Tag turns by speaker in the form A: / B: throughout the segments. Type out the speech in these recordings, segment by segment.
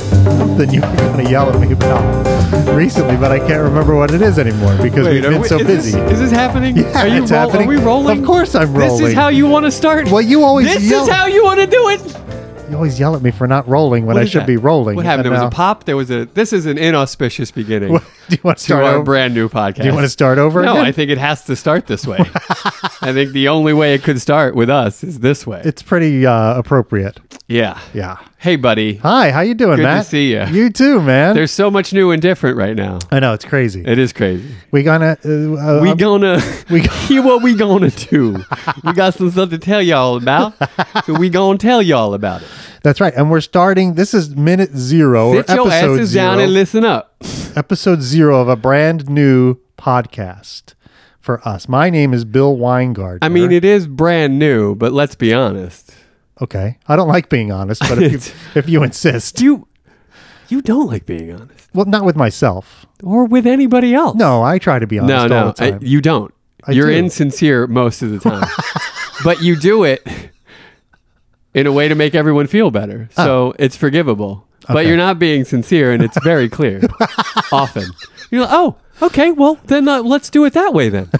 A: something you were going to yell at me about recently, but I can't remember what it is anymore because
B: Wait,
A: we've
B: are
A: been
B: we-
A: so
B: is
A: busy.
B: This, is this happening?
A: Yeah,
B: are you
A: it's
B: roll-
A: happening.
B: Are we rolling?
A: Of course I'm
B: This
A: rolling.
B: is how you want to start.
A: well, you always
B: this
A: yell.
B: is how you want to do it.
A: you always yell at me for not rolling when
B: What
A: I
B: is
A: should
B: that?
A: be rolling.
B: What happened?
A: and
B: There was a
A: now-
B: pop. There was a. This is an inauspicious beginning
A: What- do you want to
B: to
A: start
B: our
A: over?
B: brand new podcast.
A: Do you want to start over?
B: No,
A: again?
B: I think it has to start this way. I think the only way it could start with us is this way.
A: it's pretty uh, appropriate.
B: yeah.
A: Yeah.
B: Hey, buddy.
A: Hi, how you doing,
B: Good to
A: Matt?
B: see ya.
A: You too, man.
B: There's so much new and different right now.
A: I know it's crazy.
B: It is crazy.
A: we gonna uh, uh,
B: We
A: um,
B: gonna
A: we
B: we
A: go-
B: what we gonna do? we got some stuff to tell y'all about, so we gonna tell y'all about it.
A: That's right, and we're starting. This is minute zero
B: Sit
A: or
B: your
A: episode
B: asses
A: zero.
B: down and listen up.
A: episode zero of a brand new podcast for us. My name is Bill Weingarten.
B: I mean, it is brand new, but let's be honest.
A: okay. I don't like being honest, but if you,
B: It's-
A: if you insist,
B: You you don't like being honest,
A: well, not with myself.
B: or with anybody else.
A: No, I try to be honest
B: no,
A: all
B: no,
A: the
B: I-
A: time.
B: you don't. You're
A: do.
B: insincere most of the time, but you do it in a way to make everyone feel better.
A: Ah.
B: So it's forgivable, but you're not being sincere, and it's very clear. often, you're like, "Oh, okay, well then uh, let's do it that way then."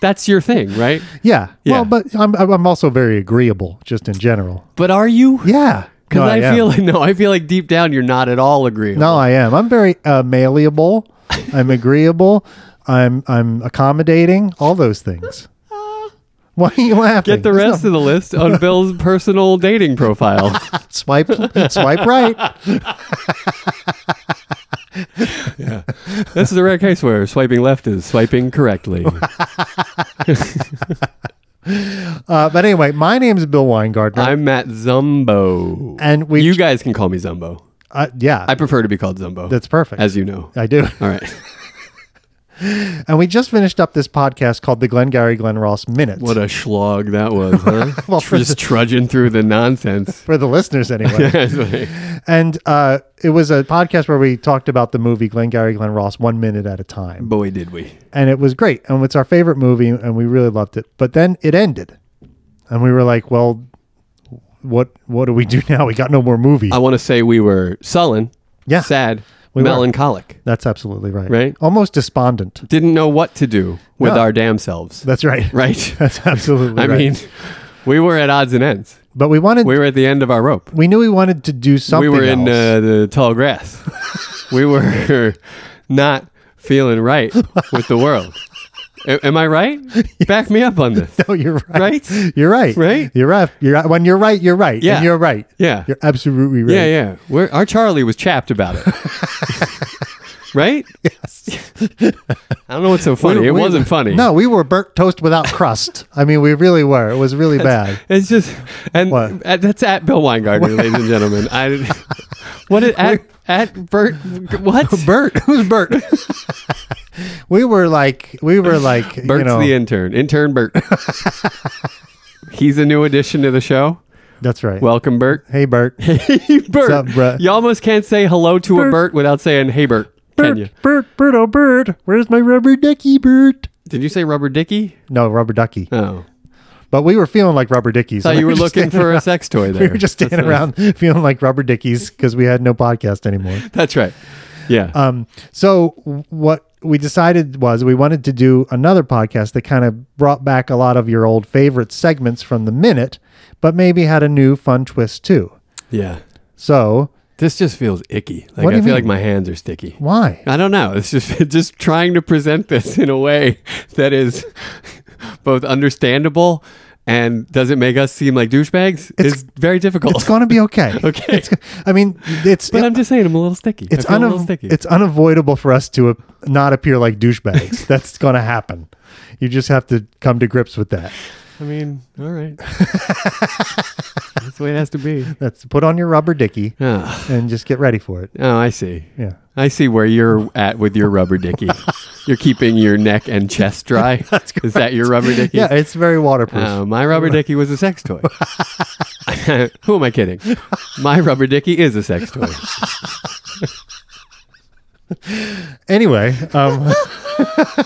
B: That's your thing, right?
A: yeah.
B: Yeah.
A: Well, but I'm I'm also very agreeable, just in general.
B: But are you?
A: Yeah.
B: Because
A: No,
B: I,
A: am.
B: feel like no, I feel like deep down you're not at all agreeable.
A: No, I am. I'm very uh, malleable. I'm agreeable. I'm I'm accommodating. All those things. Why are you laughing?
B: Get the rest of the list on Bill's personal dating profile.
A: Swipe swipe right.
B: This is a rare case where swiping left is swiping correctly.
A: Uh, but anyway, my name is Bill Weingartner,
B: I'm Matt Zumbo.
A: and we
B: you guys can call me Zumbo.
A: uh, yeah,
B: I prefer to be called Zumbo.
A: that's perfect.
B: as you know.
A: I do.
B: All right.
A: And we just finished up this podcast called the Glengarry Glen Ross Minutes.
B: What a schlog that was, huh?
A: Well, for
B: Just trudging through the nonsense.
A: for the listeners, anyway.
B: yeah,
A: and uh, it was a podcast where we talked about the movie Glengarry Glen Ross one minute at a time.
B: boy, did we.
A: and it was great and it's our favorite movie and we really loved it but then it ended and we were like well what what do we do now we got no more movie
B: I want to say we were sullen,
A: Yeah,
B: sad,
A: we were.
B: melancholic.
A: that's absolutely right
B: Right?
A: almost despondent
B: Didn't know what to do with
A: No.
B: our damn selves.
A: that's right
B: right?
A: that's absolutely
B: I
A: right.
B: mean, we were at odds and ends.
A: but we wanted
B: We were at the end of our rope.
A: we knew we wanted to do something
B: we were
A: else.
B: in uh, the tall grass. we were not feeling right with the world. A- am I right? Back me up on this,
A: no Oh, you're right,
B: right?
A: you're right
B: Right?
A: you're right you're right when you're right you're right
B: Yeah.
A: and you're right
B: Yeah,
A: you're absolutely right
B: yeah, yeah. We're, our Charlie was chapped about it, right?
A: Yes.
B: I don't know what's so funny.
A: We-
B: it
A: we-
B: wasn't funny.
A: no we were burnt toast without crust i mean we really were it was really bad
B: it's just and
A: What?
B: uh, that's at Bill Weingarten, ladies and gentlemen. I what it, at at Bert what
A: Bert. Who's Bert? we were like, we were like,
B: Bert's
A: you know,
B: the intern. Intern Bert. He's a new addition to the show.
A: that's right.
B: Welcome, Bert.
A: hey Bert,
B: Hey, Bert.
A: up, bruh?
B: You almost can't say hello to
A: Bert.
B: a Bert without saying, hey, Bert. Can you?
A: Bert, Bert, Bert, oh Bert, where's my rubber ducky, Bert?
B: Did you say rubber dicky?
A: No, rubber ducky.
B: No.
A: But we were feeling like rubber dickies.
B: Thought
A: and
B: you
A: we
B: were
A: just
B: looking
A: standing
B: for a
A: around-
B: sex toy there.
A: We were just standing around
B: That's-
A: feeling like rubber dickies because we had no podcast anymore.
B: That's right. Yeah.
A: Um, so what we decided was we wanted to do another podcast that kind of brought back a lot of your old favorite segments from the minute, but maybe had a new fun twist too.
B: yeah.
A: So
B: This just feels icky. Like,
A: What
B: I
A: do you
B: feel like
A: mean?
B: my hands are sticky.
A: why?
B: I don't know. It's just just trying to present this in a way that is both understandable and doesn't make us seem like douchebags is very difficult.
A: It's going to be okay.
B: Okay.
A: It's, I mean, it's
B: but I'm just saying, I'm a little sticky.
A: it's
B: I feel a little
A: unav-
B: sticky.
A: it's unavoidable for us to uh, not appear like douchebags. That's going to happen. You just have to come to grips with that.
B: I mean, all right. That's the way it has to be.
A: That's put on your rubber dicky
B: Oh,
A: and just get ready for it.
B: oh, I see.
A: Yeah.
B: I see where you're at with your rubber dicky. you're keeping your neck and chest dry. Is that your rubber dicky?
A: Yeah, it's very waterproof.
B: Uh, my rubber dicky was a sex toy. Who am I kidding? My rubber dicky is a sex toy.
A: anyway, um,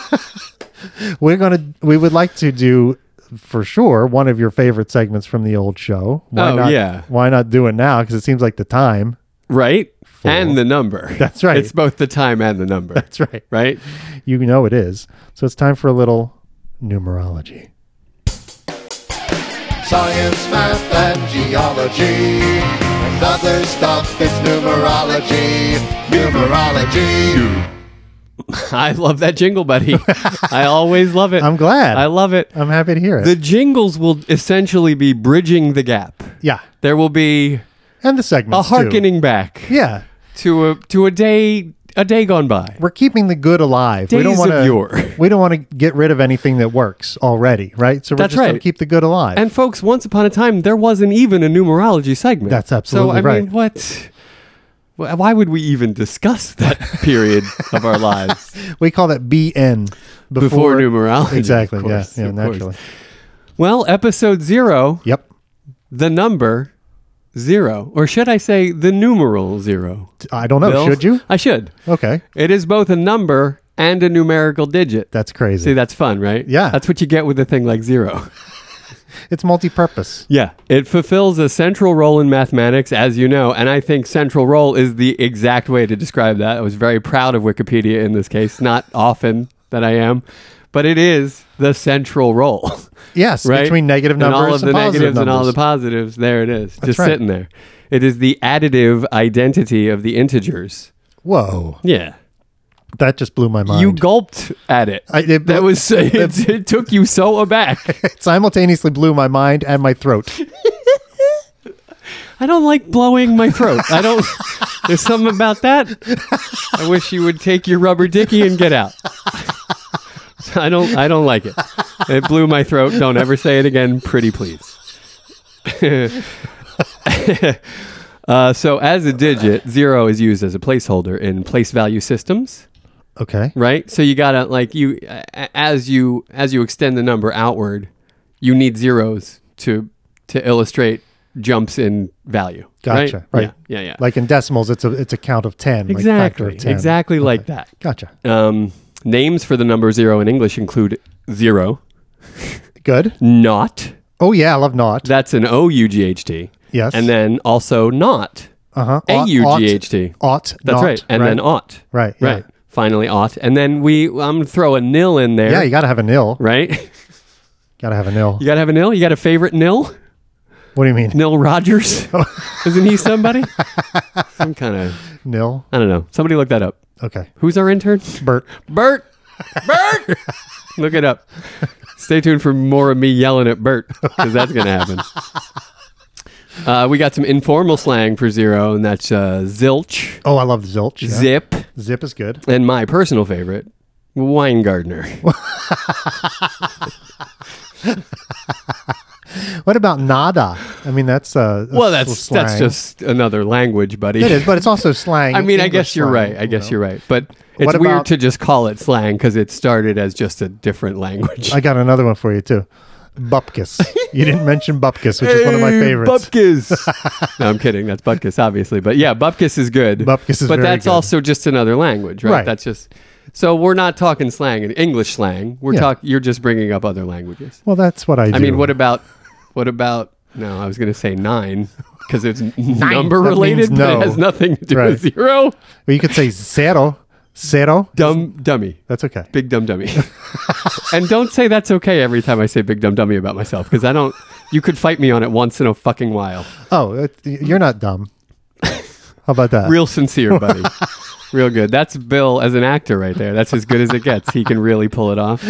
A: we're gonna we would like to do for sure one of your favorite segments from the old show. Why
B: Oh,
A: not?
B: yeah.
A: Why not do it now? Because it seems like the time
B: Right?
A: fool.
B: and the number.
A: That's right.
B: It's both the time and the number,
A: That's right.
B: right?
A: You know it is. So it's time for a little numerology.
C: Science, math, and geology. And other stuff, it's numerology. Numerology.
B: I love that jingle, buddy. I always love it.
A: I'm glad.
B: I love it.
A: I'm happy to hear it.
B: The jingles will essentially be bridging the gap.
A: yeah.
B: There will be
A: And the
B: a
A: segments. too.
B: hearkening back
A: Yeah.
B: to a to a day a day gone by.
A: We're keeping the good alive. we don't
B: Days
A: want
B: of yore.
A: to. We don't want to get rid of anything that works already, right? So we're
B: That's
A: just going to
B: right.
A: keep the good alive.
B: And folks, once upon a time, there wasn't even a numerology segment.
A: That's absolutely
B: so, I
A: right.
B: mean, what? wh- Why would we even discuss that period of our lives
A: we call that BN
B: before, numerology?
A: Exactly.
B: Of course,
A: yeah. Yeah.
B: of course.
A: Naturally.
B: Well, episode zero,
A: Yep.
B: the number zero, or should I say the numeral zero?
A: I don't know.
B: Bill?
A: Oh, Should you?
B: I should.
A: Okay.
B: It is both a number and a numerical digit.
A: That's crazy.
B: See, that's fun, right?
A: Yeah.
B: That's what you get with a thing like zero.
A: it's multi-purpose.
B: Yeah. It fulfills a central role in mathematics, as you know, and I think central role is the exact way to describe that. I was very proud of Wikipedia in this case, not often that I am, but it is the central role,
A: Yes.
B: right?
A: Between negative
B: and
A: numbers
B: all of the
A: positive
B: negatives and all the
A: numbers.
B: positives. There it is, just
A: right.
B: sitting there. It is the additive identity of the integers.
A: Whoa.
B: Yeah.
A: That just blew my mind.
B: You gulped at it.
A: I- it-
B: that was it, it took you so aback.
A: it simultaneously blew my mind and my throat.
B: I don't like blowing my throat. I don't. There's something about that. I wish you would take your rubber dicky and get out. I don't. I don't like it. It blew my throat. Don't ever say it again, pretty please. uh, so, as a digit, zero is used as a placeholder in place value systems
A: Okay.
B: right so you gotta like you a- a- as you as you extend the number outward you need zeros to to illustrate jumps in value
A: Gotcha.
B: right,
A: Right.
B: yeah yeah, yeah.
A: Like in decimals, it's a it's a count of ten. Like factor
B: exactly
A: of 10.
B: exactly like that
A: Gotcha.
B: um, names for the number zero in english include zero
A: Good.
B: not
A: Oh yeah, I love not.
B: that's an o-u-g-h-t
A: Yes.
B: and then also not
A: Uh huh.
B: a-u-g-h-t
A: Ought.
B: that's
A: not,
B: right and then ought
A: Right. Yeah.
B: right finally ought and then we i'm gonna throw a nil in there
A: Yeah, you gotta have a nil.
B: right
A: Gotta have a nil.
B: You gotta have a nil. You got a favorite nil?
A: What do you mean?
B: Nil Rogers? Isn't he somebody? Some kind of
A: Nil.
B: I don't know. Somebody look that up.
A: Okay.
B: Who's our intern?
A: Bert.
B: Bert. Bert. look it up. Stay tuned for more of me yelling at Bert because that's gonna happen. Uh, we got some informal slang for zero, and that's uh, zilch,
A: Oh, I love zilch. yeah.
B: zip,
A: Zip is good.
B: and my personal favorite, Weingartner.
A: What about nada? I mean, that's uh.
B: Well, that's
A: slang.
B: that's just another language, buddy.
A: It is, but it's also slang.
B: I mean, I
A: English
B: guess you're
A: slang,
B: right. I guess
A: you
B: you're right. But it's
A: What
B: weird
A: about-
B: to just call it slang because it started as just a different language.
A: know. I got another one for you too. Bupkis. you didn't mention bupkis, which is one of my
B: Hey,
A: favorites.
B: Bupkis. no, I'm kidding. That's Bupkis, obviously. But yeah, Bupkis is good.
A: Bupkis is
B: But
A: very
B: that's
A: good.
B: also just another language, right?
A: Right.
B: That's just. So we're not talking slang, English slang. We're
A: Yeah.
B: talk. You're just bringing up other languages.
A: well, that's what I do.
B: I mean, what about? What about? No, I was going to say nine because it's number
A: That means
B: related,
A: no.
B: but it has nothing to do with
A: Right.
B: zero.
A: Well, you could say zero, zero.
B: Dumb dummy.
A: That's okay.
B: Big dumb dummy. and don't say that's okay every time I say big dumb dummy about myself because I don't. You could fight me on it once in a fucking while.
A: Oh, it, you're not dumb. How about that?
B: Real sincere, buddy. Real good. That's Bill as an actor right there. That's as good as it gets. He can really pull it off.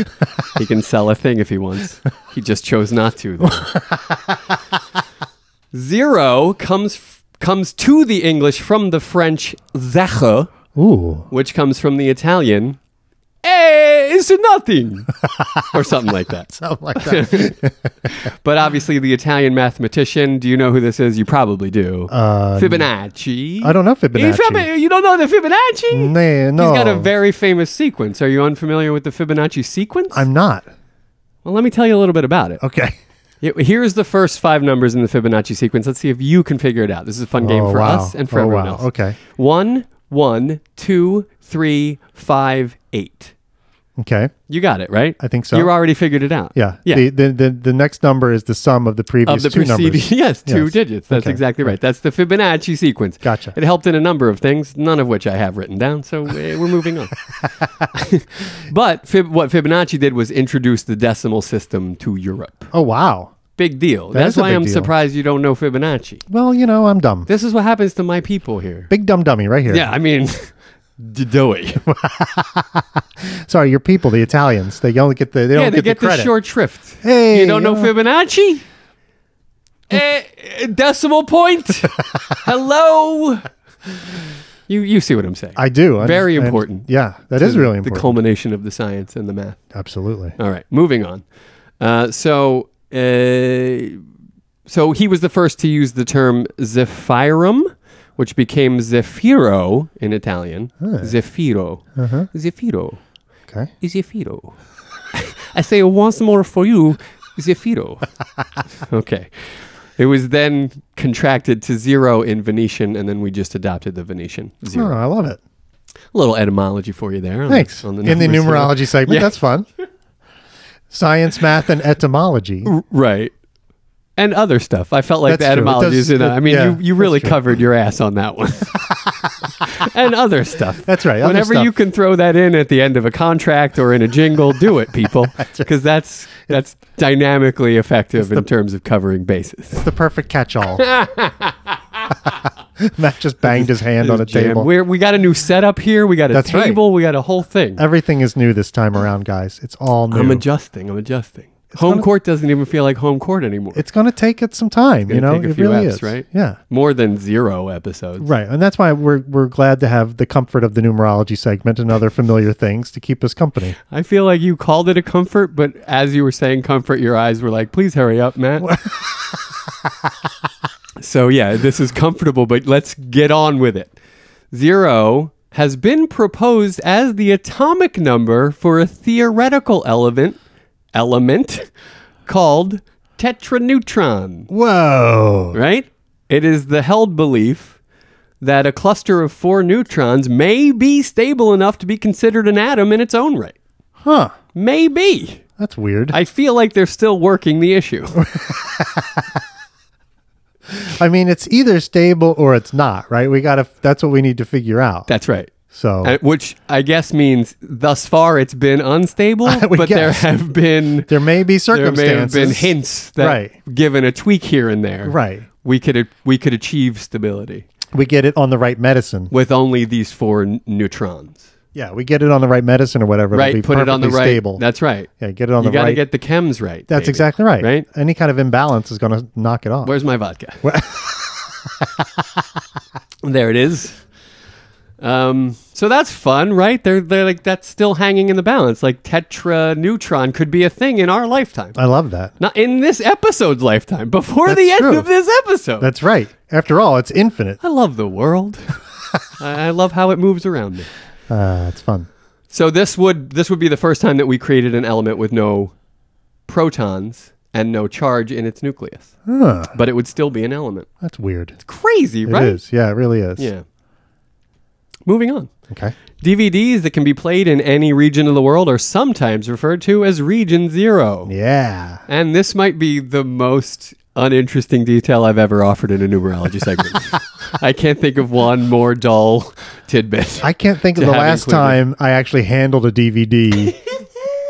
B: He can sell a thing if he wants. He just chose not to. though. Zero comes f- comes to the English from the French zache,
A: Ooh,
B: which comes from the Italian. Eh, it's nothing, or something like that.
A: something like that.
B: But obviously, the Italian mathematician. Do you know who this is? You probably do.
A: Uh,
B: Fibonacci.
A: I don't know
B: You
A: Fibonacci.
B: Fibo- You don't know the Fibonacci?
A: Nah, no,
B: He's got a very famous sequence. Are you unfamiliar with the Fibonacci sequence?
A: I'm not.
B: well, let me tell you a little bit about it.
A: Okay.
B: Here- Here's the first five numbers in the Fibonacci sequence. Let's see if you can figure it out. This is a fun game
A: Oh,
B: for
A: wow.
B: us and for
A: Oh,
B: everyone
A: wow.
B: else.
A: Okay.
B: One, one, two, three, five, eight.
A: Okay.
B: You got it, right?
A: I think so.
B: You already figured it out.
A: Yeah.
B: Yeah.
A: The, the, the, the next number is the sum of the previous
B: of the
A: two
B: preceding,
A: numbers.
B: yes, two
A: Yes.
B: digits. That's
A: Okay.
B: exactly right. That's the Fibonacci sequence.
A: Gotcha.
B: It helped in a number of things, none of which I have written down. So eh, we're moving on. but Fib- what Fibonacci did was introduce the decimal system to Europe.
A: Oh, wow.
B: Big deal.
A: That
B: That's
A: is a
B: why
A: big
B: I'm
A: deal.
B: surprised you don't know Fibonacci.
A: Well, you know, I'm dumb.
B: This is what happens to my people here.
A: Big dumb dummy right here.
B: Yeah, I mean, d- do it.
A: Sorry, your people, the Italians, they only get the they
B: yeah,
A: don't
B: they
A: get,
B: get
A: the
B: the,
A: credit.
B: short shrift.
A: Hey,
B: you don't know
A: yeah.
B: Fibonacci? Eh, eh, decimal point. Hello. You you see what I'm saying?
A: I do. I
B: Very
A: understand.
B: important.
A: Yeah, that is really
B: The
A: important.
B: culmination of the science and the math.
A: Absolutely.
B: All right, moving on. Uh, so, uh, so he was the first to use the term zephyrum, which became zefiro in Italian. Zefiro.
A: Uh-huh.
B: Zefiro.
A: Okay.
B: Zefiro. I say it once more for you, Zefiro. okay. It was then contracted to zero in Venetian, and then we just adopted the Venetian
A: Oh,
B: zero.
A: I love it.
B: A little etymology for you there. on the-
A: Thanks.
B: on
A: In the
B: numbers there.
A: numerology segment,
B: Yeah.
A: that's fun. Science, math, and etymology.
B: Right. And other stuff. I felt like
A: That's
B: the
A: true. It
B: etymology
A: does-
B: is in.
A: it-
B: I mean,
A: yeah,
B: you, you really covered your ass on that one. and other stuff.
A: That's right, other
B: Whenever
A: stuff.
B: you can throw that in at the end of a contract or in a jingle, do it, people, because that's that's dynamically effective in terms of covering bases.
A: It's the perfect catch-all. Matt just banged his hand on a
B: Jam.
A: table.
B: We're, we got a new setup here. We got a
A: That's right.
B: table. We got a whole thing.
A: Everything is new this time around, guys. It's all new.
B: I'm adjusting. I'm adjusting. Home
A: gonna-
B: court doesn't even feel like home court anymore.
A: it's going to take it some time. You know,
B: take a
A: it
B: few
A: really
B: eps,
A: is.
B: right?
A: Yeah.
B: More than zero episodes.
A: Right, and that's why we're we're glad to have the comfort of the numerology segment and other familiar things to keep us company.
B: I feel like you called it a comfort, but as you were saying comfort, your eyes were like, please hurry up, Matt. so, yeah, this is comfortable, but let's get on with it. Zero has been proposed as the atomic number for a theoretical element, element called tetraneutron
A: Whoa!
B: right? It is the held belief that a cluster of four neutrons may be stable enough to be considered an atom in its own right.
A: Huh?
B: Maybe.
A: That's weird. I,
B: I feel like they're still working the issue.
A: mean, it's either stable or it's not, right? We got to. That's what we need to figure out.
B: That's right.
A: so
B: Uh, Which I guess means thus far it's been unstable,
A: would
B: but there
A: guess.
B: have been
A: there may be
B: there may have
A: circumstances.
B: been hints that
A: Right.
B: given a tweak here and there,
A: Right.
B: we could we could achieve stability
A: We get it on the right medicine.
B: with only these four n- neutrons.
A: Yeah, we get it on the right medicine or whatever. it'll
B: right,
A: be
B: put it on the
A: perfectly
B: right.
A: Stable.
B: That's right.
A: yeah, get it on
B: you
A: the
B: got to
A: right.
B: get the chems right.
A: that's
B: baby.
A: exactly right.
B: Right?
A: Any kind of imbalance is going to knock it off.
B: Where's my vodka? there it is. Um, so that's fun, right? They're they're like that's still hanging in the balance. Like tetra neutron could be a thing in our lifetime.
A: I love that.
B: Not in this episode's lifetime, before the
A: That's
B: end
A: true.
B: of this episode.
A: That's right. After all, it's infinite.
B: I love the world. I I love how it moves around me.
A: Uh, it's fun.
B: So this would this would be the first time that we created an element with no protons and no charge in its nucleus.
A: Huh,
B: But it would still be an element.
A: that's weird.
B: Crazy,
A: It
B: right?
A: is. Yeah, it really is.
B: Yeah. Moving on.
A: Okay.
B: DVDs that can be played in any region of the world are sometimes referred to as region 0.
A: Yeah.
B: And this might be the most uninteresting detail I've ever offered in a numerology segment. I can't think of one more dull tidbit.
A: I can't think of
B: To
A: the
B: have
A: last
B: included.
A: time I actually handled a DVD.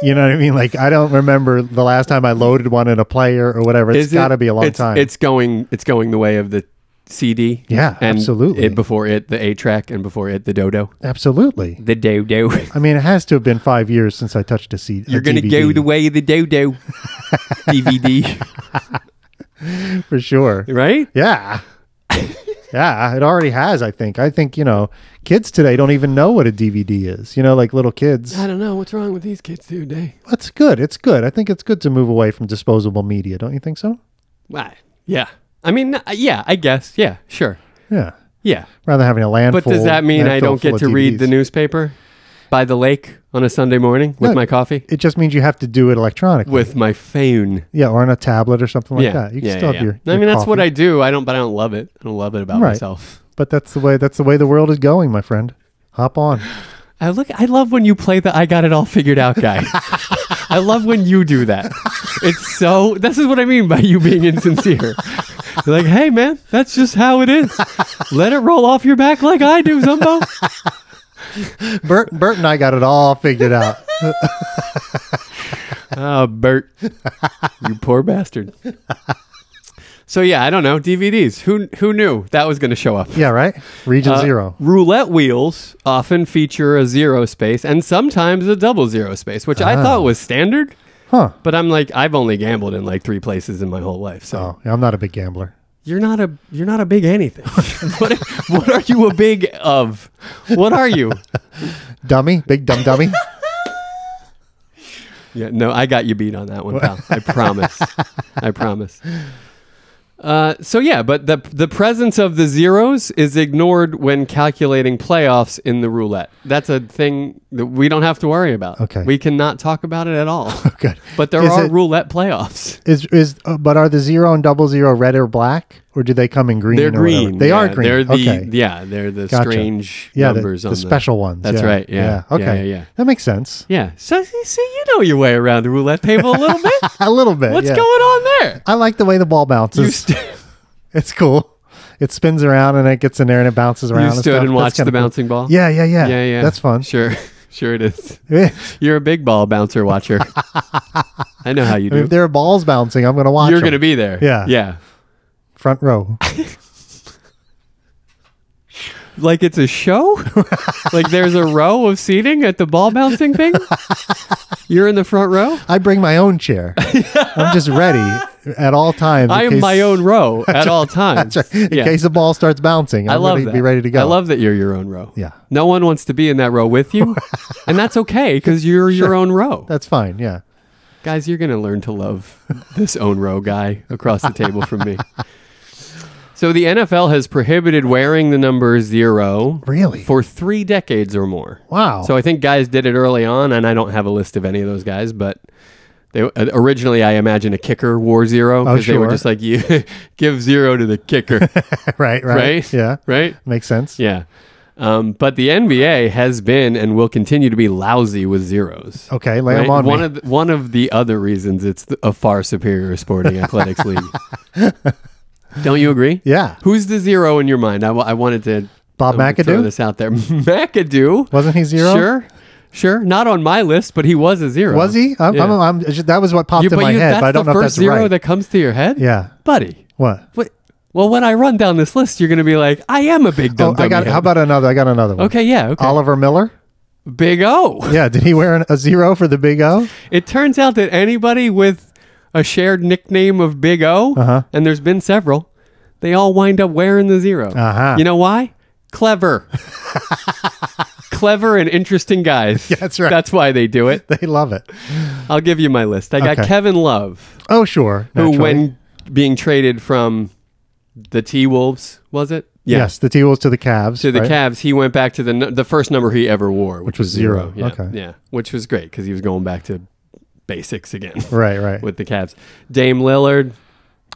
A: you know what I mean? Like I don't remember the last time I loaded one in a player or whatever. It's
B: Is it-
A: got to be a long
B: it's-
A: time.
B: It's going it's going the way of the CD.
A: Yeah,
B: and
A: absolutely.
B: It before it the A track and before it the dodo.
A: absolutely.
B: The dodo.
A: I mean, it has to have been five years since I touched a CD.
B: You're going to go the way of the dodo. DVD,
A: for sure.
B: right?
A: Yeah. yeah, it already has. I think. I think you know, kids today don't even know what a DVD is. You know, like little kids.
B: I don't know what's wrong with these kids today.
A: That's good. It's good. I think it's good to move away from disposable media. Don't you think so?
B: Why? Yeah. I mean, uh, yeah, I guess. Yeah, sure.
A: Yeah.
B: Yeah.
A: Rather than having a landfill.
B: But does that mean I
A: landfill
B: don't
A: full
B: get
A: of
B: to read the
A: DVDs.
B: newspaper by the lake on a Sunday morning with
A: No.
B: my coffee?
A: It just means you have to do it electronically.
B: With my phone.
A: Yeah, or on a tablet or something like
B: yeah.
A: that. You can
B: yeah,
A: still
B: yeah,
A: have your.
B: yeah. I
A: your
B: mean, that's what
A: coffee.
B: I do. I don't, but I don't love it. I don't love it about
A: Right.
B: myself.
A: But that's the way. That's the way the world is going, my friend. Hop on.
B: I look. I love when you play the "I got it all figured out" guy. I love when you do that. It's so. This is what I mean by you being insincere. You're like, hey man, that's just how it is. Let it roll off your back like I do, Zumbo.
A: Bert, Bert and I got it all figured out.
B: Oh, Bert, you poor bastard. So yeah, I don't know DVDs. Who who knew that was going to show up?
A: Yeah, right? Region
B: Uh,
A: zero.
B: Roulette wheels often feature a zero space and sometimes a double zero space, which I thought was standard.
A: Huh.
B: But I'm like, I've only gambled in like three places in my whole life. So
A: Oh, I'm not a big gambler.
B: you're not a you're not a big anything. what, what are you a big of? What are you?
A: Dummy? Big dumb dummy?
B: Yeah, no, I got you beat on that one, pal. I promise. I promise. Uh, so yeah, but the the presence of the zeros is ignored when calculating playoffs in the roulette. That's a thing that we don't have to worry about.
A: Okay.
B: we cannot talk about it at all.
A: Good.
B: But there
A: Is
B: are
A: it-
B: roulette playoffs.
A: Is is uh, but are the zero and double zero red or black, or do they come in green?
B: They're
A: or whatever?
B: green.
A: They
B: yeah,
A: are green.
B: They're the
A: okay.
B: yeah. They're the
A: Gotcha.
B: strange
A: yeah, the,
B: numbers
A: the
B: on
A: special ones.
B: That's
A: yeah.
B: right, yeah. Yeah,
A: Okay.
B: yeah, yeah.
A: That makes sense.
B: Yeah. So see, see, you know your way around the roulette table a little bit.
A: A little bit.
B: What's
A: yeah.
B: going on there?
A: I like the way the ball
B: You
A: bounces.
B: st-
A: it's cool. It spins around and it gets in there and it bounces around.
B: you
A: stuff.
B: stood and
A: That's
B: watched the
A: kinda cool.
B: bouncing ball.
A: Yeah, yeah, yeah.
B: Yeah, yeah.
A: That's fun.
B: Sure. Sure it is.
A: if
B: You're a big ball bouncer watcher. I know how you do.
A: there are balls bouncing, I'm going to watch.
B: You're
A: 'em.
B: going to be there.
A: Yeah.
B: Yeah.
A: front row.
B: Like it's a show? like there's a row of seating at the ball bouncing thing? You're in the front row?
A: I bring my own chair. I'm just ready at all times. in
B: I am
A: case-
B: my own row at all times.
A: In
B: Yeah.
A: case the ball starts bouncing,
B: I
A: I'm
B: love
A: ready,
B: that.
A: be ready to go.
B: I love that you're your own row.
A: Yeah.
B: No one wants to be in that row with you. and that's okay because you're your own row.
A: That's fine. Yeah.
B: Guys, you're going to learn to love this own row guy across the table from me. So the NFL has prohibited wearing the number zero
A: Really?
B: for three decades or more.
A: Wow.
B: So I think guys did it early on, and I don't have a list of any of those guys, but they uh, originally I imagine a kicker wore zero
A: Oh,
B: because they were
A: sure.
B: just like you give zero to the kicker,
A: right, right.
B: right?
A: Yeah.
B: right.
A: Makes sense.
B: Yeah. Um, but the NBA has been and will continue to be lousy with zeros.
A: Okay, Oh, lay 'em
B: Right?
A: on
B: one
A: me.
B: of the, one of the other reasons it's th- a far superior sporting athletics league. Don't you agree?
A: Yeah.
B: Who's the zero in your mind? I, wa- I wanted to
A: Bob
B: I wanted to
A: McAdoo?
B: Throw this out there. McAdoo
A: Wasn't he zero?
B: Sure, sure. Not on my list, but he was a zero.
A: Was he? I'm,
B: Yeah.
A: I'm, I'm, just- that was what popped
B: You-
A: in
B: but
A: my
B: you-
A: head,
B: that's
A: but I don't
B: the
A: know if
B: first
A: that's
B: zero
A: right.
B: that comes to your head.
A: yeah.
B: buddy.
A: What?
B: What? Well, when I run down this list, you're going to be like, I am a big dumb.
A: Oh, I got.
B: dummy
A: How
B: head.
A: about another? I got another one.
B: Okay, yeah, okay.
A: Oliver Miller.
B: Big O.
A: Yeah. Did he wear an, a zero for the big O?
B: It turns out that anybody with a shared nickname of Big O,
A: Uh-huh.
B: and there's been several, they all wind up wearing the 0
A: Uh-huh.
B: You know why? Clever. Clever and interesting guys.
A: That's right.
B: That's why they do it.
A: They love it.
B: I'll give you my list. I got
A: Okay.
B: Kevin Love,
A: Oh, sure.
B: who,
A: naturally.
B: when being traded from the T Wolves, was it? Yeah.
A: yes, the T was to the Cavs.
B: To the
A: right?
B: Cavs, he went back to the nu- the first number he ever wore, which,
A: was zero.
B: Yeah,
A: Okay.
B: yeah, which was great because he was going back to basics again.
A: Right. Right.
B: with the Cavs. Dame Lillard,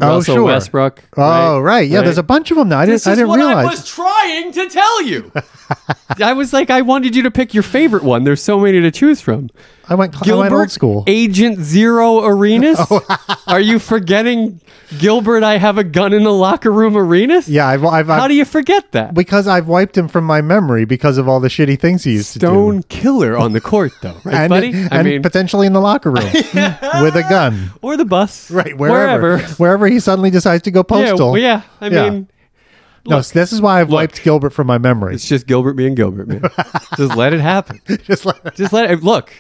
A: Oh,
B: Russell
A: sure.
B: Westbrook.
A: oh, right. Yeah. There's a bunch of them now. I
B: This
A: didn't. I
B: is
A: didn't
B: what
A: realize.
B: I was trying to tell you. I was like, I wanted you to pick your favorite one. There's so many to choose from.
A: I went. I went old school. Oh.
B: Agent Zero Arenas. Are you forgetting Gilbert? I have a gun in the locker room. Arenas.
A: yeah. I've. I've,
B: How
A: I've
B: do you forget that?
A: because I've wiped him from my memory because of all the shitty things he used to
B: Stone
A: do.
B: killer on the court, though, right,
A: And,
B: buddy?
A: and
B: I mean,
A: potentially in the locker room with a gun.
B: or the bus,
A: Right, wherever,
B: wherever.
A: he suddenly decides to go
B: Yeah,
A: postal.
B: well, yeah. I
A: Yeah.
B: mean,
A: no, this is why I've wiped Gilbert from my memory.
B: it's just Gilbert being Gilbert, man. just let it happen.
A: Just like,
B: Just let it look.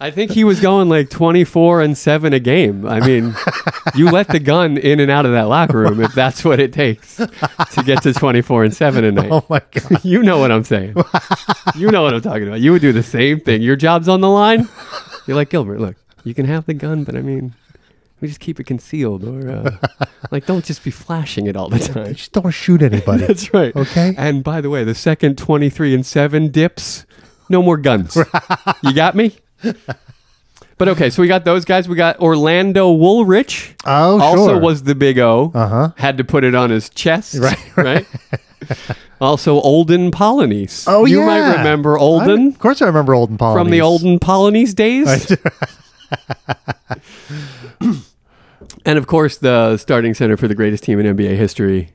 B: I think he was going like 24 and 7 a game. I mean, you let the gun in and out of that locker room if that's what it takes to get to 24 and 7 a night.
A: oh my god,
B: You know what I'm saying. You know what I'm talking about. You would do the same thing. Your job's on the line. You're like, Gilbert, look, you can have the gun, but I mean, we just keep it concealed or uh, like don't just be flashing it all the time.
A: just don't shoot anybody.
B: That's right.
A: Okay.
B: And by the way, the second 23 and 7 dips, no more guns. you got me? But okay, so we got those guys. We got Orlando Woolrich.
A: Oh,
B: also
A: sure.
B: was the big O.
A: Uh-huh.
B: Had to put it on his chest.
A: Right,
B: Right. Also, Olden Polonies.
A: Oh,
B: you
A: yeah.
B: might remember
A: I-
B: Olden
A: of course, I remember Olden Polonies
B: from the Olden Polonies days. and of course, the starting center for the greatest team in NBA history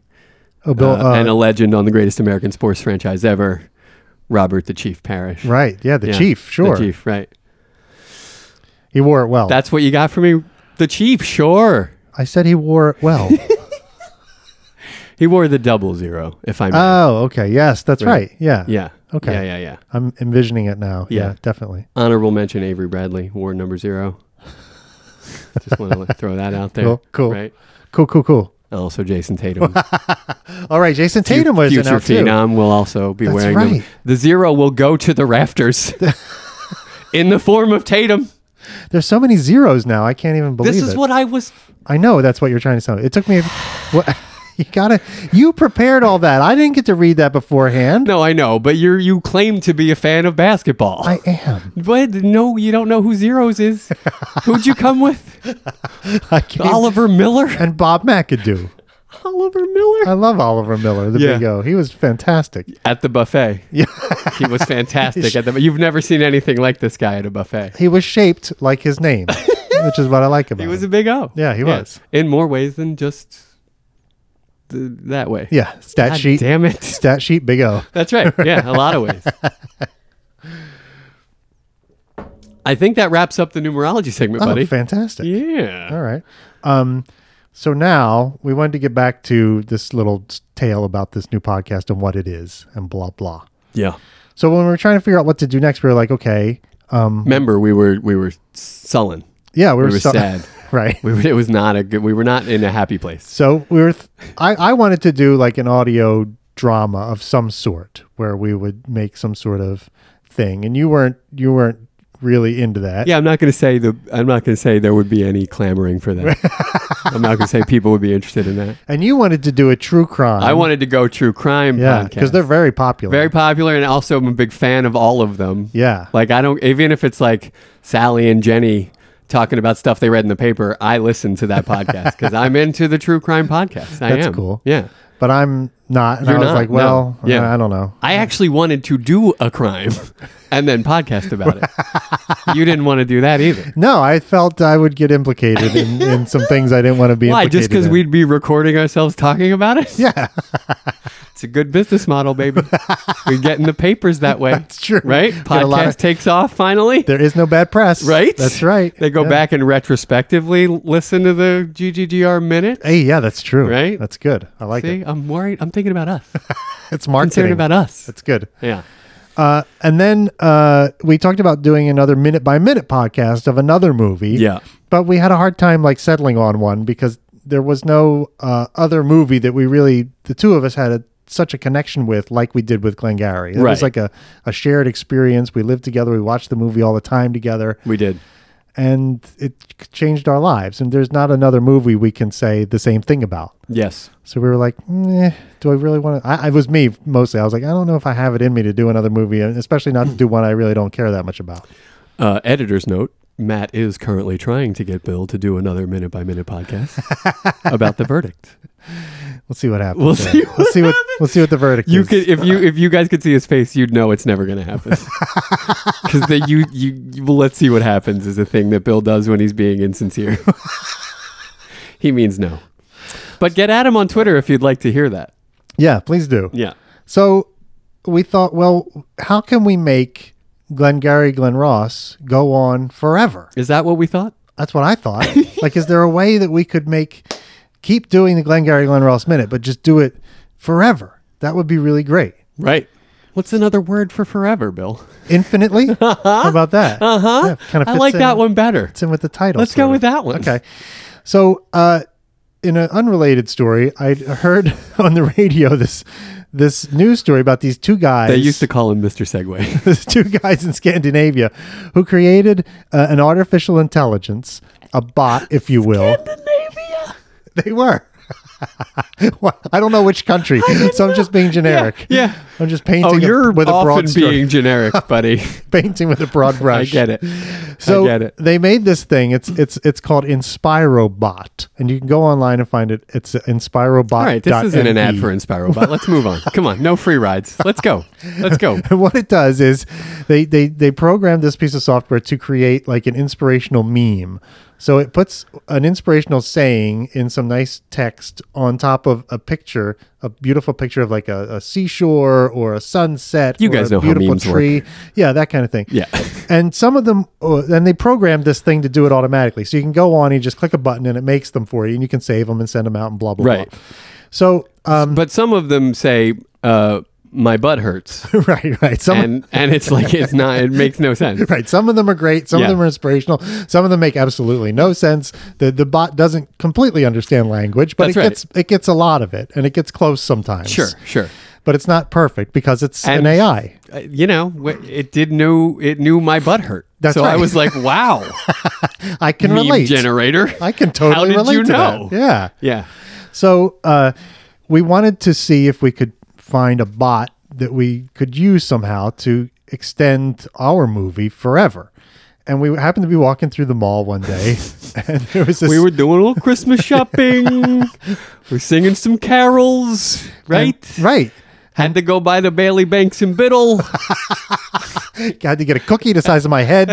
A: Oh, Bill,
B: uh,
A: uh,
B: and a legend on the greatest American sports franchise ever, Robert the Chief Parrish.
A: right? Yeah, the
B: Yeah,
A: chief. Sure,
B: The Chief, right.
A: he wore it well.
B: That's what you got for me? The Chief, sure.
A: I said he wore it well.
B: He wore the double zero, if I'm
A: oh, okay. Yes, that's right.
B: Right.
A: Yeah.
B: Yeah.
A: Okay.
B: Yeah, yeah, yeah.
A: I'm envisioning it now. Yeah,
B: Yeah.
A: definitely.
B: Honorable mention Avery Bradley, wore number zero. Just want to throw that out there.
A: Cool, cool.
B: Right.
A: Cool, cool, cool.
B: Also, Jason Tatum.
A: All right, Jason
B: fu-
A: Tatum was in
B: future
A: our too.
B: phenom will also be
A: That's
B: wearing
A: right.
B: them. The zero will go to the rafters in the form of Tatum.
A: There's so many zeros now. I can't even believe
B: This is
A: it.
B: what I was.
A: I know that's what you're trying to sound. It took me. what, you gotta. You prepared all that. I didn't get to read that beforehand.
B: No, I know, but you you claim to be a fan of basketball.
A: I am.
B: but no, you don't know who zeros is. Who'd you come with?
A: I came,
B: Oliver Miller.
A: and Bob McAdoo.
B: Oliver Miller.
A: I love Oliver Miller, the
B: Yeah.
A: big O. He was fantastic.
B: at the buffet. Yeah, he was fantastic at the. You've never seen anything like this guy at a buffet.
A: He was shaped like his name, which is what I like about
B: He was a
A: him.
B: big O.
A: Yeah, he was.
B: in more ways than just th- that way.
A: yeah, stat
B: God
A: sheet.
B: damn it.
A: Stat sheet, big O.
B: That's right. Yeah, a lot of ways. I think that wraps up the numerology segment,
A: Oh,
B: buddy.
A: fantastic.
B: yeah.
A: All right. Um, so now we wanted to get back to this little s- tale about this new podcast and what it is and blah blah.
B: Yeah.
A: So when we were trying to figure out what to do next, we were like, okay, uh,
B: Remember, we were we were sullen.
A: yeah, we Mm-hmm. were,
B: were
A: so-
B: sad.
A: right?
B: We were, it was not a good. We were not in a happy place.
A: So we were. Th- I I wanted to do like an audio drama of some sort where we would make some sort of thing, and you weren't you weren't really into that.
B: Yeah, I'm not going to say the. I'm not going to say there would be any clamoring for that. I'm not going to say people would be interested in that.
A: And you wanted to do a true crime.
B: I wanted to go true crime
A: yeah,
B: podcast
A: because they're very popular.
B: very popular, and also I'm a big fan of all of them.
A: yeah.
B: Like I don't even if it's like Sally and Jenny talking about stuff they read in the paper. I listen to that podcast because I'm into the true crime podcast. I
A: That's
B: am.
A: cool.
B: Yeah.
A: but I'm not. And
B: You're
A: I was
B: not,
A: like,
B: no.
A: well,
B: Yeah.
A: uh, I don't know.
B: I actually wanted to do a crime and then podcast about it. you didn't want to do that either.
A: No, I felt I would get implicated in, in some things I didn't want to be
B: Why?
A: implicated
B: Just because
A: in.
B: we'd be recording ourselves talking about it?
A: Yeah,
B: It's a good business model, baby. we get in the papers that way. That's
A: true.
B: Right?
A: Get a lot
B: Podcast
A: of-
B: takes off finally.
A: there is no bad press.
B: Right?
A: That's right.
B: They go
A: Yeah.
B: back and retrospectively listen to the GGGR minute.
A: Hey, yeah, that's true.
B: Right?
A: That's good. I like
B: See,
A: it.
B: I'm worried. I'm thinking about us.
A: It's
B: I'm concerned
A: marketing.
B: about us.
A: That's good.
B: yeah.
A: Uh, and then uh, we talked about doing another minute by minute podcast of another movie.
B: Yeah.
A: But we had a hard time like settling on one because there was no uh, other movie that we really the two of us had a, such a connection with like we did with Glengarry. It was
B: Right.
A: like a, a shared experience. We lived together. We watched the movie all the time together,
B: We did.
A: and it c- changed our lives. And there's not another movie we can say the same thing about.
B: Yes.
A: So we were like, "Meh, do I really want to? I, I was me mostly. I was like, I don't know if I have it in me to do another movie, and especially not to do one I really don't care that much about.
B: Uh, editor's note Matt is currently trying to get Bill to do another minute by minute podcast about the verdict.
A: We'll see what happens.
B: We'll
A: there.
B: see
A: we'll see what we'll see what the verdict
B: You
A: is.
B: could if you if you guys could see his face, you'd know it's never gonna happen. Because the you you you- well, let's see what happens is a thing that Bill does when he's being insincere. he means no. But get at him on Twitter if you'd like to hear that.
A: yeah, please do.
B: Yeah.
A: So we thought, well, how can we make Glengarry Glen Ross go on forever?
B: Is that what we thought?
A: That's what I thought. like, is there a way that we could make keep doing the Glengarry Glen Ross minute, but just do it forever? That would be really great.
B: Right. What's another word for forever, Bill?
A: Infinitely? How about that? Uh huh. kind of
B: Uh-huh. I like that one better.
A: fits in with the title.
B: Let's
A: sort
B: go
A: of.
B: with that one.
A: Okay. So, uh, in an unrelated story, I heard on the radio this this news story about these two guys.
B: They used to call him Mr. Segway.
A: these two guys in Scandinavia who created uh, an artificial intelligence, a bot, if you will. Scandinavia. They were. Well, I don't know which country, so I'm just being generic.
B: Yeah.
A: I'm just painting
B: Oh,
A: a-
B: you're
A: with a
B: often
A: broad stroke.
B: being generic, buddy.
A: painting with a broad brush.
B: I get it.
A: So
B: I get it.
A: they made this thing. It's it's it's called Inspirobot, and you can go online and find it. It's Inspirobot. E.
B: All right, this isn't an ad for Inspirobot. Let's move on. Come on, no free rides. Let's go. Let's go.
A: And what it does is they they they program this piece of software to create like an inspirational meme. So it puts an inspirational saying in some nice text on top of a picture, a beautiful picture of like a, a seashore or a sunset.
B: You
A: or
B: guys
A: a
B: know how
A: beautiful
B: memes work.
A: tree. Yeah, that kind of thing.
B: Yeah.
A: And some of them, uh, and they programmed this thing to do it automatically. So you can go on, you just click a button, and it makes them for you, and you can save them and send them out and blah blah
B: Right.
A: blah. So, um,
B: But some of them say, uh, "My butt hurts,"
A: right, right. Some
B: and and it's like it's not. It makes no sense.
A: Right. Some of them are great. Some
B: Yeah.
A: of them are inspirational. Some of them make absolutely no sense. The the bot doesn't completely understand language, but
B: That's
A: it
B: right.
A: gets it gets a lot of it, and it gets close sometimes.
B: Sure, sure.
A: But it's not perfect because it's
B: And-
A: an AI.
B: Uh, you know, wh- it did know it knew my butt hurt.
A: That's
B: so I
A: right.
B: was like, "Wow,
A: I can
B: meme
A: relate.
B: generator."
A: I can totally
B: How did
A: relate
B: you
A: to
B: know?
A: that. Yeah.
B: yeah.
A: So uh, we wanted to see if we could find a bot that we could use somehow to extend our movie forever. And we happened to be walking through the mall one day, and there was this.
B: We were doing a little Christmas shopping. we're singing some carols, right?
A: right.
B: Had to go by the Bailey Banks and Biddle.
A: I had to get a cookie the size of my head.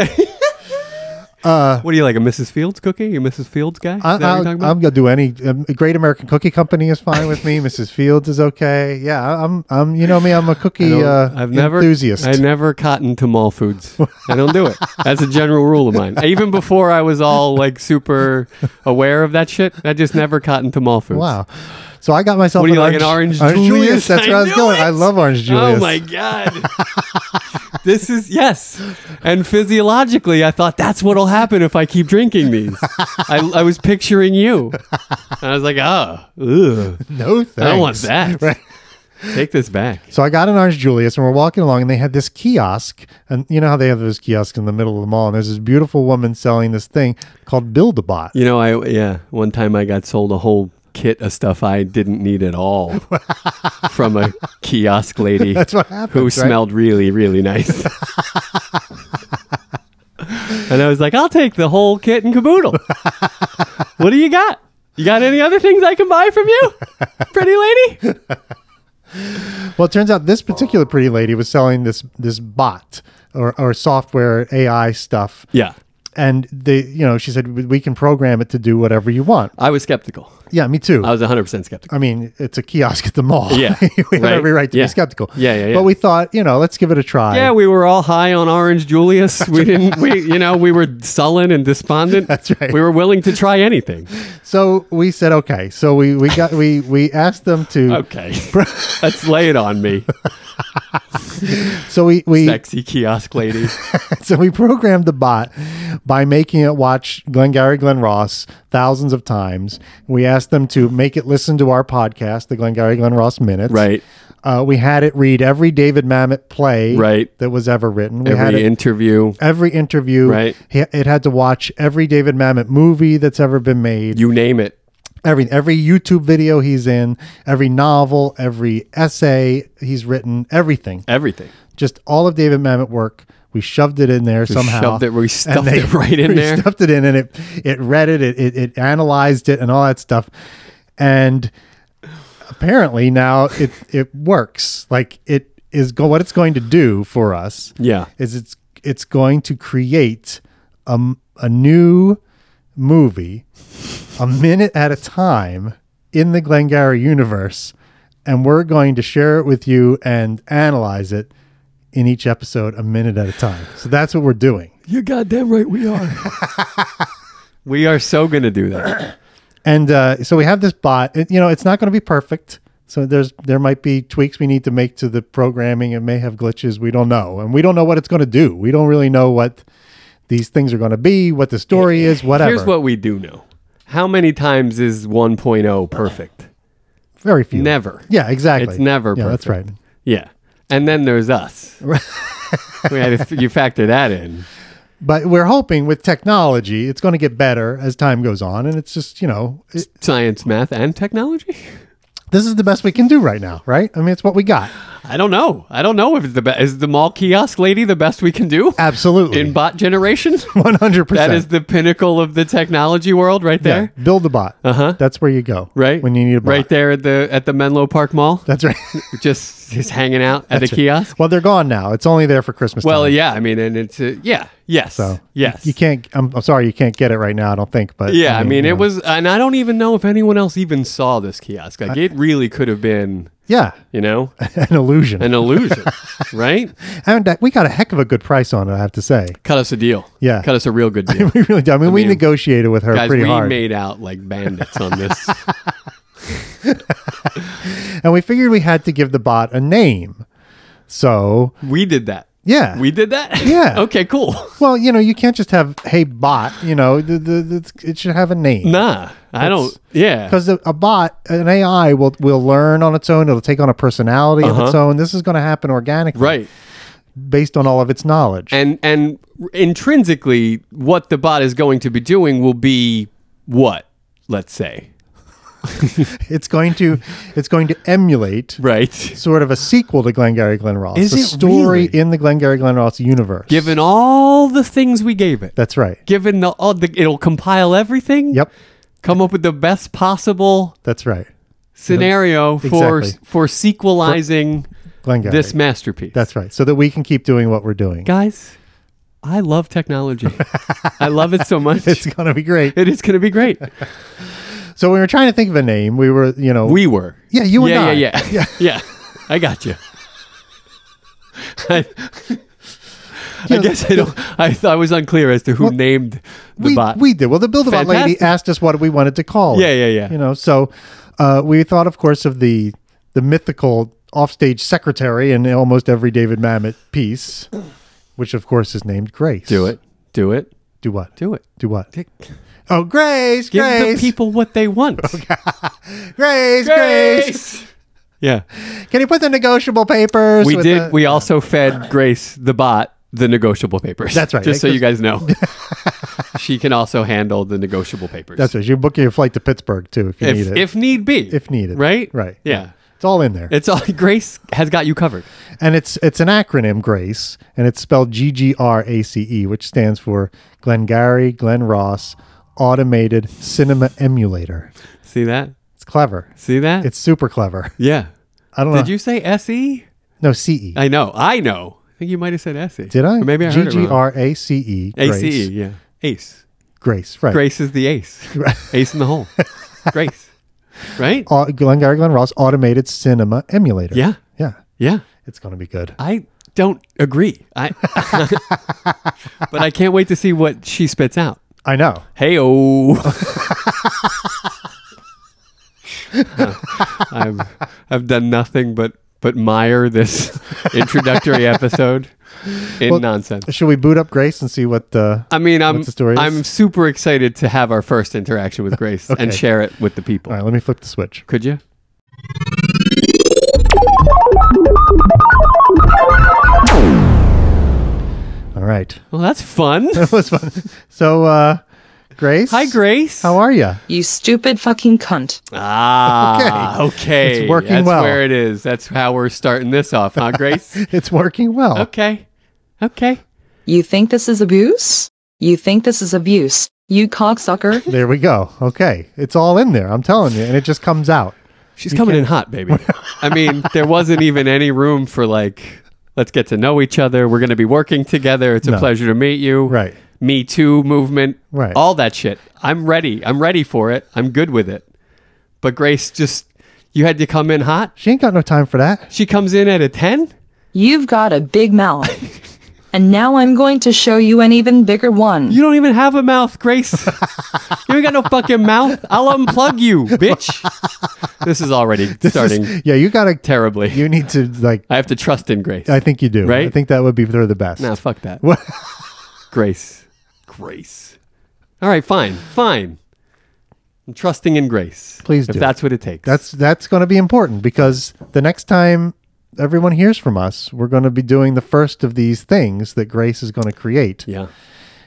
B: What do you like, a Mrs. Fields cookie? You a Mrs. Fields guy? Is
A: I,
B: that what you're talking about?
A: am gonna do any. Um, Great American Cookie Company is fine with me. Mrs. Fields is okay. Yeah, I- I'm. I'm. You know me. I'm a
B: I
A: cookie
B: don't-
A: uh,
B: I've never
A: enthusiast.
B: I never cotton to mall foods. I don't do it. That's a general rule of mine. Even before I was all like super aware of that shit, I just never cotton to mall foods.
A: wow. So I got myself.
B: What do you like, an orange,
A: Julius?
B: Julius?
A: That's where I was
B: knew
A: going.
B: it!
A: I love orange Julius.
B: Oh my god. this is yes. And physiologically, I thought that's what'll happen if I keep drinking these. I, I was picturing you, and I was like, oh, ugh,
A: No thanks.
B: I don't want that. Take this back.
A: So I got an orange Julius, and we're walking along, and they had this kiosk, and you know how they have those kiosks in the middle of the mall, and there's this beautiful woman selling this thing called Build a Bot.
B: You know, I yeah, one time I got sold a whole kit of stuff I didn't need at all from a kiosk lady
A: That's what
B: who
A: happens. right?
B: smelled really, really nice. and I was like, I'll take the whole kit and caboodle. what do you got? You got any other things I can buy from you, pretty lady?
A: Well, it turns out this particular pretty lady was selling this this bot or, or software AI stuff,
B: Yeah.
A: and they, you know, she said "We- we can program it to do whatever you want.
B: I was skeptical.
A: Yeah, me too.
B: I was 100% skeptical.
A: I mean, it's a kiosk at the mall.
B: Uh, Yeah,
A: we have
B: right.
A: every right to
B: Yeah.
A: be skeptical.
B: Yeah, yeah, yeah.
A: But we thought, you know, let's give it a try.
B: Yeah, we were all high on Orange Julius. We didn't, we, you know, we were sullen and despondent.
A: That's right.
B: We were willing to try anything.
A: So we said, okay. So we we got we we asked them to.
B: Okay. Let's lay it on me,
A: So we we
B: sexy kiosk lady.
A: so we programmed the bot by making it watch Glengarry Glen Ross thousands of times. We asked them to make it listen to our podcast, the Glengarry Glen Ross Minutes.
B: Right.
A: Uh, we had it read every David Mamet play
B: Right.
A: that was ever written. We had
B: Every
A: it
B: interview,
A: every interview.
B: Right.
A: He- It had to watch every David Mamet movie that's ever been made.
B: you name it.
A: Every every YouTube video he's in, every novel, every essay he's written, everything.
B: Everything.
A: Just all of David Mamet work. We shoved it in there somehow.
B: shoved it- we
A: And
B: stuffed it right in
A: we
B: there.
A: Stuffed it in, and it it read it, it, it, it analyzed it, and all that stuff. And apparently now it it works. Like it is go what it's going to do for us
B: Yeah.
A: is it's it's going to create a, m- a new movie a minute at a time in the Glengarry universe and we're going to share it with you and analyze it in each episode a minute at a time. So that's what we're doing.
B: You're goddamn right we are. we are so going to do that.
A: And uh, so we have this bot. It, you know, it's not going to be perfect. So there's there might be tweaks we need to make to the programming. It may have glitches. We don't know, and we don't know what it's going to do. We don't really know what these things are going to be, what the story is, whatever.
B: Here's what we do know. How many times is 1.0 perfect?
A: Very few.
B: Never.
A: Yeah, exactly.
B: It's never
A: Yeah,
B: perfect.
A: that's right.
B: Yeah. And then there's us. we had to, you factor that in.
A: But we're hoping with technology, it's going to get better as time goes on. And it's just, you know, it,
B: Science, math, and technology?
A: this is the best we can do right now, right? I mean, it's what we got.
B: I don't know. I don't know if it's the best. Is the mall kiosk lady the best we can do
A: Absolutely.
B: in bot generation?
A: 100%.
B: that is the pinnacle of the technology world right
A: Yeah,
B: there.
A: build a bot. Uh-huh. That's where you go.
B: Right?
A: When you need a bot.
B: Right there at the at the Menlo Park Mall.
A: That's right.
B: just just hanging out at the kiosk.
A: well, they're gone now. It's only there for Christmas
B: Well,
A: time.
B: yeah, I mean, and it's uh, yeah, yes,
A: So
B: yes,
A: You can't I'm, I'm sorry you can't get it right now, I don't think, but
B: yeah. I mean,
A: you
B: it
A: know.
B: was, and I don't even know if anyone else even saw this kiosk. Like, it really could have been,
A: Yeah,
B: you know,
A: an illusion.
B: an illusion, right?
A: and that- we got a heck of a good price on it, I have to say.
B: Cut us a deal.
A: Yeah.
B: cut us a real good deal,
A: We really do. I mean, we
B: mean,
A: negotiated with her
B: guys.
A: pretty
B: We
A: hard.
B: made out like bandits on this.
A: and we figured we had to give the bot a name. So,
B: we did that.
A: yeah.
B: We did that.
A: Yeah.
B: okay. Cool.
A: well, you know, you can't just have, hey, bot, you know, the, the, the, it should have a name.
B: Nah, I don't. Yeah.
A: Because a, a bot, an AI will, will learn on its own. It'll take on a personality of its own. This is going to happen organically
B: Uh-huh. Right.
A: based on all of its knowledge.
B: and and intrinsically what the bot is going to be doing will be what let's say
A: it's going to it's going to emulate
B: right
A: sort of a sequel to Glengarry Glen Ross.
B: Is
A: the
B: it
A: story
B: really?
A: in the Glengarry Glen Ross universe.
B: given all the things we gave it
A: That's right.
B: given the, all the it'll compile everything
A: Yep.
B: come up with the best possible
A: That's right.
B: scenario for
A: Exactly.
B: for sequelizing
A: Glengarry.
B: this masterpiece
A: That's right. So that we can keep doing what we're doing.
B: guys i love technology i love it so much
A: It's going to be great.
B: it is going to be great
A: So we were trying to think of a name. We were, you know,
B: we were
A: yeah, you and
B: yeah,
A: I.
B: yeah, yeah, yeah, I got you. I, I guess I don't. I, I was unclear as to who named the
A: we,
B: bot.
A: we did. Well, the build a bot lady
B: Fantastic.
A: asked us what we wanted to call
B: Yeah,
A: it.
B: yeah, yeah.
A: You know, so uh, we thought, of course, of the the mythical offstage secretary in almost every David Mamet piece, which of course is named Grace.
B: do it, do it,
A: Do what?
B: do it.
A: Do what?
B: Give
A: Oh, Grace,
B: the
A: Grace,
B: people what they want.
A: Grace, Grace.
B: Yeah,
A: Can you put the negotiable papers?
B: we
A: with
B: did.
A: the-
B: we also fed Grace the bot the negotiable papers.
A: That's right.
B: Just so you guys know, she can also handle the negotiable papers.
A: That's right. You book your flight to Pittsburgh too if you need
B: if,
A: it.
B: if need be.
A: if needed.
B: Right.
A: Right.
B: Yeah.
A: It's all in there.
B: It's all Grace has got you covered.
A: and it's it's an acronym, Grace, and it's spelled G G R A C E, which stands for Glengarry Glen Ross Automated Cinema Emulator.
B: See that?
A: It's clever.
B: See that?
A: It's super clever.
B: yeah.
A: I don't know.
B: Did you say SE?
A: No, C E.
B: I know. I know. I think you might have said SE.
A: Did I?
B: Or maybe I
A: G
B: heard
A: G
B: it wrong.
A: R A C E.
B: ACE, yeah. Ace.
A: Grace. Right.
B: Grace is the ace. ace in the hole. Grace. Right?
A: Au- Glengarry Glen Ross Automated Cinema Emulator.
B: Yeah.
A: Yeah.
B: Yeah.
A: It's going to be good.
B: I don't agree. I But I can't wait to see what she spits out.
A: I know.
B: Hey oh. I've I've done nothing but but mire this introductory episode in nonsense.
A: Should we boot up Grace and see what uh,
B: I mean, I'm
A: the story is?
B: I'm super excited to have our first interaction with Grace and share it with the people.
A: All right, let me flip the switch.
B: Could you?
A: All right.
B: Well, that's fun.
A: That was fun. So, uh, Grace.
B: Hi, Grace.
A: How are you?
D: You stupid fucking cunt.
B: Ah, okay.
A: It's working
B: that's
A: well.
B: where it is. That's how we're starting this off, huh, Grace?
A: It's working well.
B: okay, okay.
D: You think this is abuse? You think this is abuse? You cocksucker.
A: There we go. Okay. It's all in there. I'm telling you. And it just comes out.
B: She's coming in hot, baby. I mean, there wasn't even any room for like, let's get to know each other. We're going to be working together. It's a pleasure to meet you.
A: Right.
B: Me Too movement.
A: Right.
B: All that shit. I'm ready. I'm ready for it. I'm good with it. But Grace just, you had to come in hot.
A: She ain't got no time for that.
B: She comes in at a 10.
D: You've got a big mouth. And now I'm going to show you an even bigger one.
B: You don't even have a mouth, Grace. you ain't got no fucking mouth. I'll unplug you, bitch. this is already starting
A: Yeah, you got to.
B: terribly.
A: You need to, like,
B: I have to trust in Grace.
A: I think you do.
B: Right?
A: I think that would be for the best.
B: Nah, fuck that.
A: What?
B: Grace. Grace. All right, fine, fine. I'm trusting in grace.
A: Please
B: if
A: do.
B: that's what it takes.
A: That's that's going to be important because the next time everyone hears from us, we're going to be doing the first of these things that Grace is going to create.
B: yeah.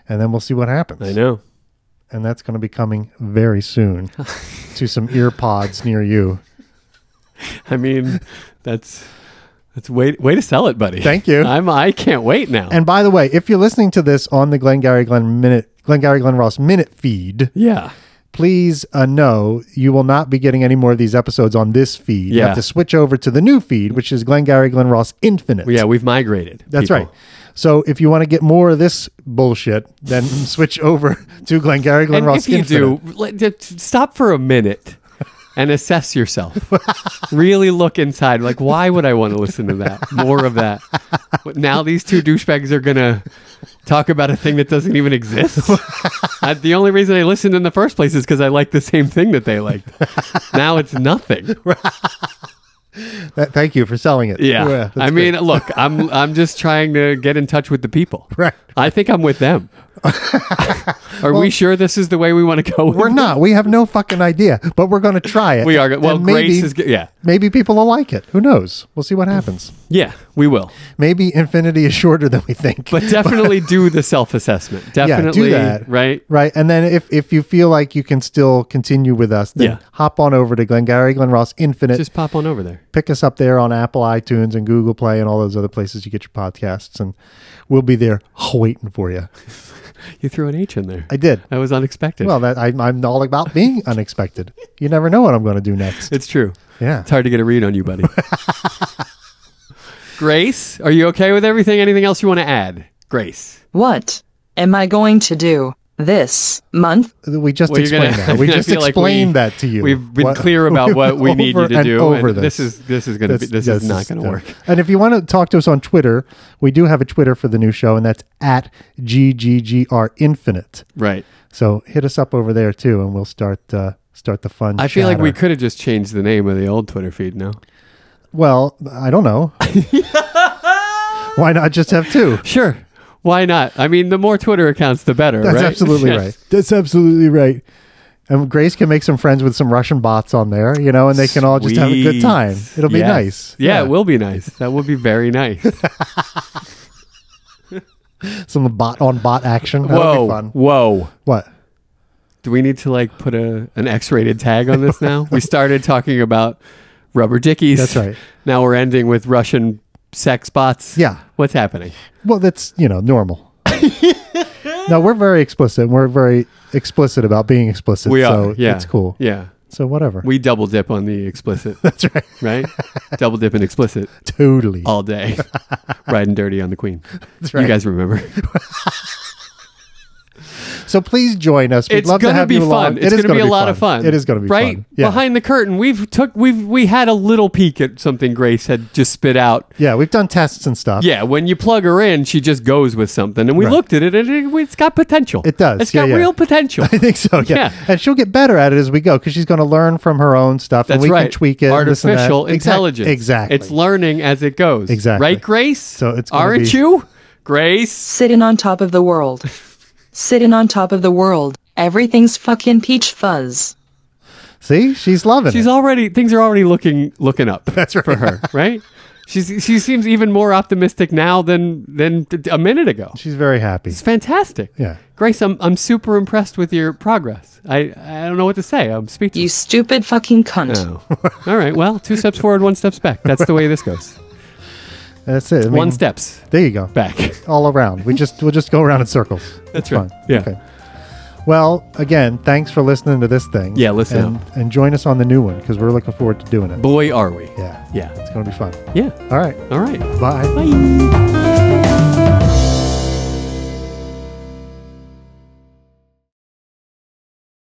A: and then we'll see what happens.
B: I know.
A: And that's going to be coming very soon to some ear pods near you.
B: I mean, that's that's way way to sell it, buddy.
A: Thank you.
B: I'm I can't wait now.
A: And by the way, if you're listening to this on the Glengarry Glen Minute, Glengarry Glen Ross Minute feed,
B: yeah,
A: please uh, know you will not be getting any more of these episodes on this feed. You
B: Yeah.
A: have to switch over to the new feed, which is Glengarry Glen Ross Infinite.
B: yeah, we've migrated.
A: That's
B: people.
A: right. So if you want to get more of this bullshit, then switch over to Glengarry Glen
B: And
A: Ross
B: if you
A: Infinite.
B: do, let- just stop for a minute and assess yourself. really look inside. Like, why would I want to listen to that? More of that. But Now these two douchebags are gonna talk about a thing that doesn't even exist. I, the only reason I listened in the first place is because I liked the same thing that they liked. Now it's nothing.
A: Th- thank you for selling it.
B: Yeah.
A: that's
B: I
A: good.
B: mean, look, I'm I'm just trying to get in touch with the people.
A: Right.
B: I think I'm with them. Are we sure this is the way we want to go? With
A: we're not. We have no fucking idea, but we're going to try it.
B: We are. go- Well,
A: And
B: Grace is. g- Yeah.
A: Maybe people will like it. Who knows? We'll see what happens.
B: Yeah, we will.
A: Maybe infinity is shorter than we think.
B: But definitely do the self assessment.
A: yeah,
B: Definitely.
A: do that.
B: Right.
A: Right. And then if, if you feel like you can still continue with us, then
B: Yeah.
A: hop on over to Glengarry Glen Ross Infinite.
B: Just pop on over there.
A: pick us up there on Apple iTunes and Google Play and all those other places you get your podcasts, and we'll be there waiting for you.
B: You threw an H in there.
A: I did.
B: That was unexpected.
A: Well, that I, I'm all about being unexpected. You never know what I'm going to do next.
B: it's true.
A: Yeah.
B: It's hard to get a read on you, buddy. Grace, are you okay with everything? Anything else you want to add? Grace.
D: What am I going to do this month?
A: We just
B: Well, you're gonna-
A: explained that. We
B: I
A: just
B: feel like
A: explained
B: we-
A: that to you.
B: We've been
A: What-
B: clear about what we need you
A: over
B: to
A: and
B: do.
A: Over
B: and
A: this.
B: this is this is gonna be
A: That's-
B: this
A: yes,
B: is not gonna
A: no.
B: work.
A: And if you want to talk to us on Twitter, we do have a Twitter for the new show, and that's at GGGR Infinite.
B: Right.
A: So hit us up over there too, and we'll start uh, start the fun.
B: I feel like we
A: chatter.
B: could have just changed the name of the old Twitter feed now.
A: Well, I don't know. Why not just have two?
B: Sure. Why not? I mean, the more Twitter accounts, the better.
A: That's
B: right?
A: absolutely
B: Yes.
A: right. That's absolutely right. And Grace can make some friends with some Russian bots on there, you know, and they can all just have a good
B: Sweet.
A: time. It'll be
B: Yes.
A: nice.
B: Yeah, it will be nice. That will be very nice.
A: Some bot on bot action. That'll
B: whoa,
A: be fun.
B: whoa.
A: What?
B: Do we need to like put a an X-rated tag on this now? we started talking about rubber dickies.
A: That's right.
B: Now we're ending with Russian sex bots.
A: Yeah.
B: What's happening?
A: Well, that's, you know, normal. no, we're very explicit. and We're very explicit about being explicit.
B: We
A: so
B: are. Yeah.
A: it's cool.
B: Yeah.
A: So whatever.
B: We double dip on the explicit,
A: that's right.
B: right? double dip and explicit
A: Totally.
B: all day. Riding dirty on the queen. That's
A: right.
B: You guys remember.
A: So please join us. We'd
B: it's
A: love to
B: gonna
A: have
B: be
A: you
B: fun.
A: along.
B: It's
A: It is
B: gonna, be a lot of fun.
A: It is going to be
B: right
A: fun. Yeah.
B: behind the curtain. We've took we've we had a little peek at something Grace had just spit out.
A: yeah, we've done tests and stuff.
B: Yeah, when you plug her in, she just goes with something, and we
A: Right.
B: looked at it, and it, it's got potential.
A: It does.
B: It's
A: Yeah,
B: got
A: yeah.
B: real potential.
A: I think so. Yeah.
B: Yeah.
A: And she'll get better at it as we go because she's going to learn from her own stuff and
B: That's
A: we
B: right.
A: can tweak it. and this and that.
B: Artificial
A: Exact-
B: intelligence.
A: Exactly.
B: It's learning as it goes.
A: Exactly.
B: Right, Grace. So
A: it's gonna
B: aren't
A: be-
B: you, Grace?
D: Sitting on top of the world. Sitting on top of the world. Everything's fucking peach fuzz.
A: See, she's loving
B: She's
A: it.
B: already things are already looking looking up. That's right. for her. Right. She's she seems even more optimistic now than than t- a minute ago.
A: she's very happy.
B: It's fantastic.
A: Yeah.
B: Grace, I'm I'm super impressed with your progress. I I don't know what to say. I'm
D: You
B: speechless.
D: stupid fucking cunt.
B: Oh. All right. Well, two steps forward, one steps back. That's the way this goes.
A: That's it. I
B: One
A: mean,
B: steps
A: There you go.
B: back.
A: All around. We just we'll just go around in circles. It's
B: That's right. Yeah.
A: Well, again, thanks for listening to this thing.
B: Yeah, listen
A: and, and join us on the new one because we're looking forward to doing it.
B: Boy, are we.
A: yeah,
B: Yeah.
A: it's going to be fun.
B: Yeah.
A: All right,
B: All right.
A: bye.
B: Bye.